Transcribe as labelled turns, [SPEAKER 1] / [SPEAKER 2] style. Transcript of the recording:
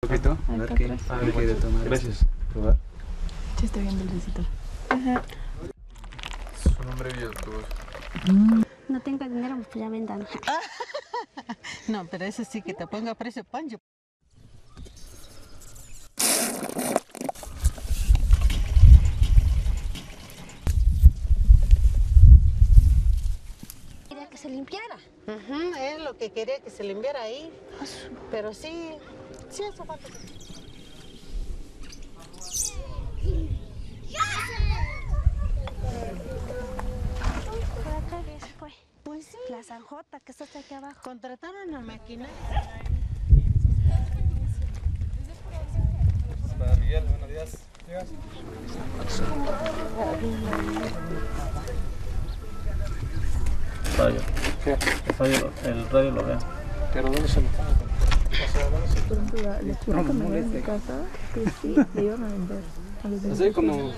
[SPEAKER 1] poquito. A ver qué, a ver qué de tomar.
[SPEAKER 2] Gracias. Probar.
[SPEAKER 3] Sí, está bien dulcecito. Ajá.
[SPEAKER 2] Es un hombre virtuoso.
[SPEAKER 4] No tengo dinero, pues ya vendan.
[SPEAKER 5] No, pero eso sí que te ponga precio pancho.
[SPEAKER 4] Quería que se limpiara. Ah,
[SPEAKER 5] Ujú, es lo que quería que se le enviara ahí. Pero sí, sí, eso falta.
[SPEAKER 4] Por acá ves, pues. La zanjota que está hasta aquí abajo.
[SPEAKER 5] Contrataron a máquina.
[SPEAKER 2] Para Miguel, buenos días. ¿Llegas?
[SPEAKER 6] radio.
[SPEAKER 2] ¿Qué?
[SPEAKER 6] El radio, el radio lo vea.
[SPEAKER 2] ¿Pero dónde se lo
[SPEAKER 1] No, no, este. Así como